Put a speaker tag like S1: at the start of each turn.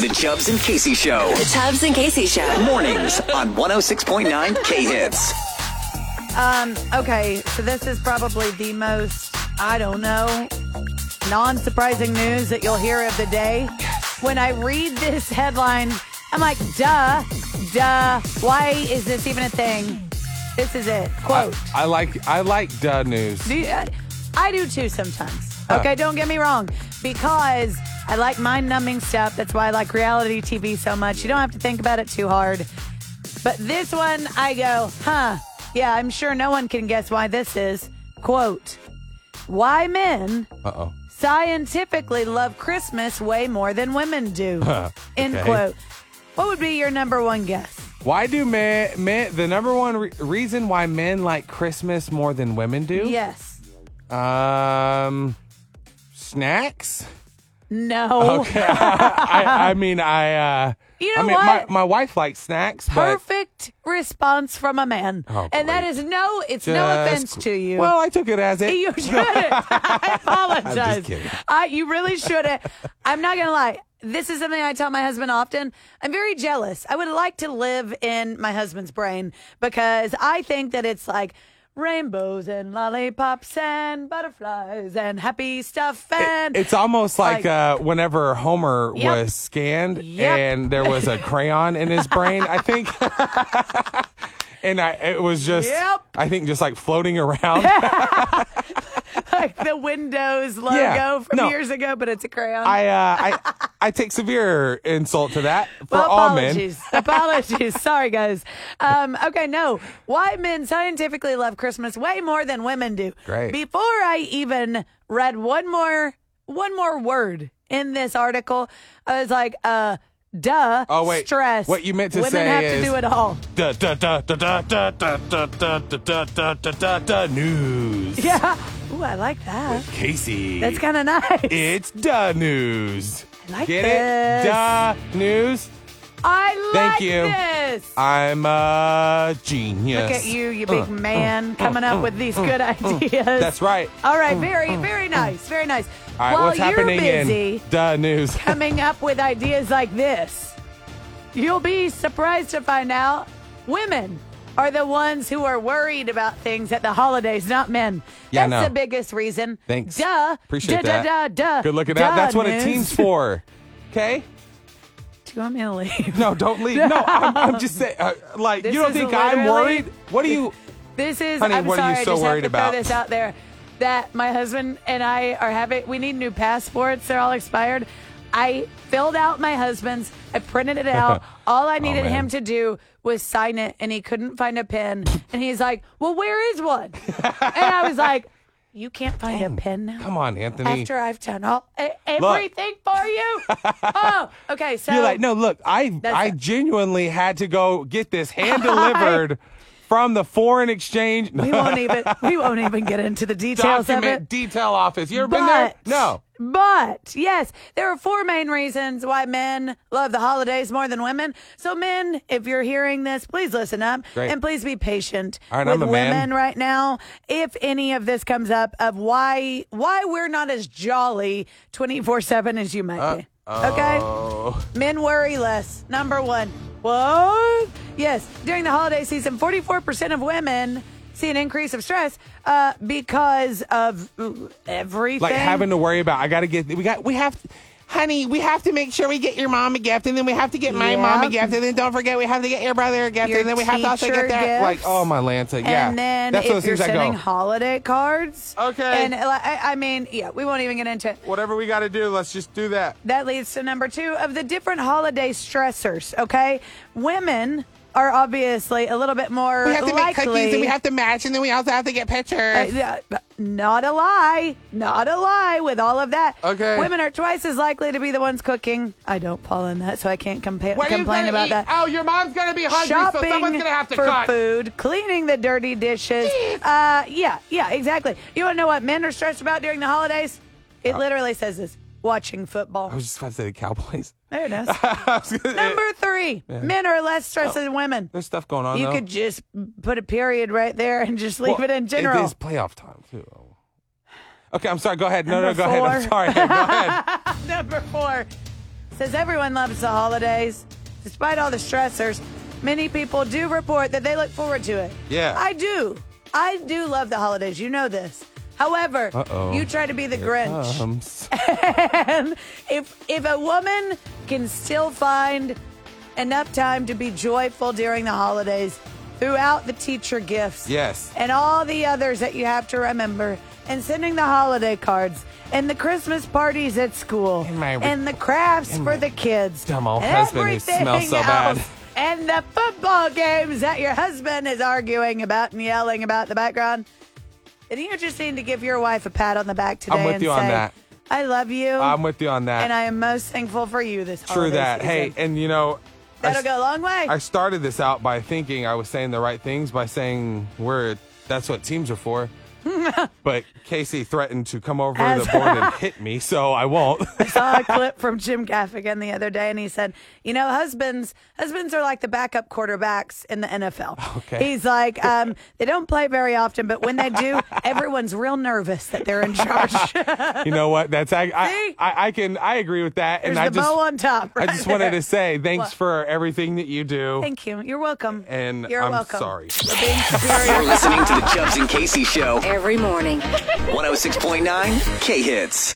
S1: The Chubbs and Casey Show.
S2: The Chubbs and Casey Show.
S1: Mornings on 106.9 K Hits.
S3: Um, okay, so this is probably the most, I don't know, non surprising news that you'll hear of the day. When I read this headline, I'm like, duh, duh, why is this even a thing? This is it. Quote.
S4: I like I like duh news.
S3: Do you- I, I do too sometimes. Okay, don't get me wrong, because I like mind numbing stuff. That's why I like reality TV so much. You don't have to think about it too hard. But this one, I go, huh? Yeah, I'm sure no one can guess why this is. Quote Why men
S4: Uh oh.
S3: scientifically love Christmas way more than women do. End
S4: okay.
S3: quote. What would be your number one guess?
S4: Why do men, men the number one re- reason why men like Christmas more than women do?
S3: Yes.
S4: Um, snacks.
S3: No.
S4: Okay. I, I mean, I. Uh,
S3: You know
S4: I mean,
S3: what?
S4: My, my wife likes snacks, but
S3: Perfect response from a man.
S4: Oh,
S3: and that
S4: great.
S3: is no, it's no
S4: just-
S3: offense to you.
S4: Well, I took it as it.
S3: You shouldn't. I
S4: I'm
S3: apologize.
S4: just kidding.
S3: I, you really shouldn't. I'm not going to lie. This is something I tell my husband often. I'm very jealous. I would like to live in my husband's brain because I think that it's like rainbows and lollipops and butterflies and happy stuff and
S4: It's almost like,
S3: Like-
S4: uh, whenever Homer
S3: Yep.
S4: was scanned
S3: Yep.
S4: and there was a crayon in his brain, I think. and I, it was just,
S3: Yep.
S4: I think, just like floating around.
S3: like the Windows logo from
S4: No.
S3: years ago, but it's a crayon.
S4: I, uh, I, I take severe insult to that for
S3: Well,
S4: all men.
S3: apologies. apologies. Sorry, guys. Um, okay, no. Why men scientifically love Christmas way more than women do.
S4: Great.
S3: Before I even read one more one more word in this article, I was like, uh, duh.
S4: Oh, wait.
S3: Stress.
S4: What you meant to
S3: women
S4: say
S3: have
S4: is-
S3: to do it all.
S4: Da, da, da, da, da, da, da, da, da, da, da, da, da, da, news.
S3: Yeah. Ooh, I like that.
S4: Casey.
S3: That's kind of nice.
S4: It's da news.
S3: I like
S4: Get
S3: this.
S4: it? Da news.
S3: I like
S4: Thank you.
S3: this.
S4: I'm a genius.
S3: Look at you, you
S4: Uh,
S3: big man, coming up with these good ideas.
S4: That's right. Uh,
S3: All right, very, very nice, very nice.
S4: All right,
S3: While
S4: what's happening
S3: you're busy
S4: in the news?
S3: coming up with ideas like this, you'll be surprised to find out women are the ones who are worried about things at the holidays, not men.
S4: Yeah, I
S3: That's
S4: know.
S3: the biggest reason.
S4: Thanks.
S3: Duh. duh,
S4: Appreciate
S3: Duh,
S4: that.
S3: duh, duh.
S4: Good looking
S3: duh,
S4: out. That's what a
S3: news.
S4: team's for. Okay?
S3: Do you want me to leave?
S4: No, don't leave. No, I'm, I'm just saying. Uh, like,
S3: This
S4: you don't
S3: is
S4: think I'm
S3: literally-
S4: worried? What do you?
S3: This is.
S4: Honey,
S3: I'm
S4: what are
S3: sorry,
S4: you
S3: I
S4: so
S3: just
S4: worried
S3: have to
S4: about?
S3: Throw this out there that my husband and I are having. We need new passports. They're all expired. I filled out my husband's. I printed it out. All I needed
S4: Oh, man.
S3: him to do was sign it, and he couldn't find a pen. and he's like, "Well, where is one?" and I was like, "You can't find a pen now."
S4: Come on, Anthony.
S3: After I've done all e- everything for you. oh, okay. So
S4: You're like, no, look, I
S3: That's
S4: I
S3: it.
S4: genuinely had to go get this hand delivered from the foreign exchange
S3: We won't even. We won't even get into the details of it.
S4: document detail office. You ever been there? No.
S3: But yes, there are four main reasons why men love the holidays more than women. So men, if you're hearing this, please listen up
S4: Great.
S3: and please be patient
S4: All right,
S3: with
S4: I'm a man.
S3: women right now. If any of this comes up of why why we're not as jolly 24/7 as you might be.
S4: Uh, Oh.
S3: Okay? Men worry less. Number 1. What? Yes, during the holiday season, 44% of women see an increase of stress uh, because of uh, everything.
S4: like having to worry about. I got to get. We got. We have. Honey, we have to make sure we get your mom a gift, and then we have to get my
S3: Yeah.
S4: mom a gift, and then don't forget we have to get your brother a gift,
S3: Your
S4: and then we have to also
S3: teacher
S4: get that. Like,
S3: gifts.
S4: oh my Lanta, yeah.
S3: And then
S4: That's
S3: if
S4: what it
S3: you're
S4: seems like. oh.
S3: sending
S4: go,
S3: holiday cards,
S4: Okay.
S3: And like, I, I mean, yeah, we won't even get into it.
S4: Whatever we got to do, let's just do that.
S3: That leads to number two of the different holiday stressors. Okay, women are obviously a little bit more
S4: We have to make
S3: likely.
S4: cookies, and we have to match, and then we also have to get pictures.
S3: Uh, yeah, but not a lie. Not a lie with all of that.
S4: Okay.
S3: Women are twice as likely to be the ones cooking. I don't fall in that, so I can't compa-
S4: What are you
S3: complain
S4: gonna
S3: about that.
S4: eat? Oh, your mom's gonna be hungry,
S3: shopping
S4: so someone's gonna have to
S3: for
S4: cook.
S3: food, cleaning the dirty dishes. Uh, yeah, yeah, exactly. You want to know what men are stressed about during the holidays? It literally says this: watching
S4: I
S3: football.
S4: was just about to say the Cowboys.
S3: There it is.
S4: I was gonna-
S3: Number three: men are less stressed than women.
S4: Oh, There's stuff going on.
S3: You
S4: though.
S3: could just put a period right there and just leave
S4: Well,
S3: it in general.
S4: It is playoff time too. Okay, I'm sorry. Go ahead. No,
S3: Number
S4: no, go ahead. I'm
S3: four.
S4: sorry. Go ahead.
S3: Number four. says everyone loves the holidays. Despite all the stressors, many people do report that they look forward to it.
S4: Yeah.
S3: I do. I do love the holidays. You know this. However,
S4: Uh-oh.
S3: you try to be the Grinch.
S4: Comes.
S3: And if if a woman can still find enough time to be joyful during the holidays, throughout the teacher gifts,
S4: Yes.
S3: and all the others that you have to remember, and sending the holiday cards. And the Christmas parties at school,
S4: And my-
S3: and the crafts
S4: and
S3: for
S4: my
S3: the kids,
S4: dumb old
S3: and
S4: husband who smells so
S3: everything
S4: bad.
S3: else, and the football games that your husband is arguing about and yelling about in the background. And you just need to give your wife a pat on the back today
S4: I'm with
S3: and
S4: you on
S3: say,
S4: that.
S3: I love you.
S4: I'm with you on that.
S3: and I am most thankful for you this
S4: True
S3: holiday
S4: that.
S3: season.
S4: Hey, and you know, I,
S3: that'll
S4: s-
S3: go a long way.
S4: I started this out by thinking I was saying the right things by saying we're that's what teams are for. but Casey threatened to come over to
S3: As-
S4: the board and hit me, so I won't.
S3: saw a clip from Jim Gaffigan the other day, and he said, "You know, husbands husbands are like the backup quarterbacks in the NFL.
S4: Okay.
S3: He's like, um, they don't play very often, but when they do, everyone's real nervous that they're in charge.
S4: you know what? That's I I,
S3: See?
S4: I I can I agree with that,
S3: There's
S4: and I
S3: the
S4: just
S3: bow on top.
S4: I
S3: right
S4: just wanted
S3: there.
S4: to say thanks
S3: What?
S4: for everything that you do.
S3: Thank you. You're welcome.
S4: And
S3: You're
S4: I'm
S3: welcome.
S4: sorry.
S3: For being
S1: You're
S3: superior.
S1: listening to the Chubbs and Casey Show,
S2: Every morning.
S1: 106.9 K Hits.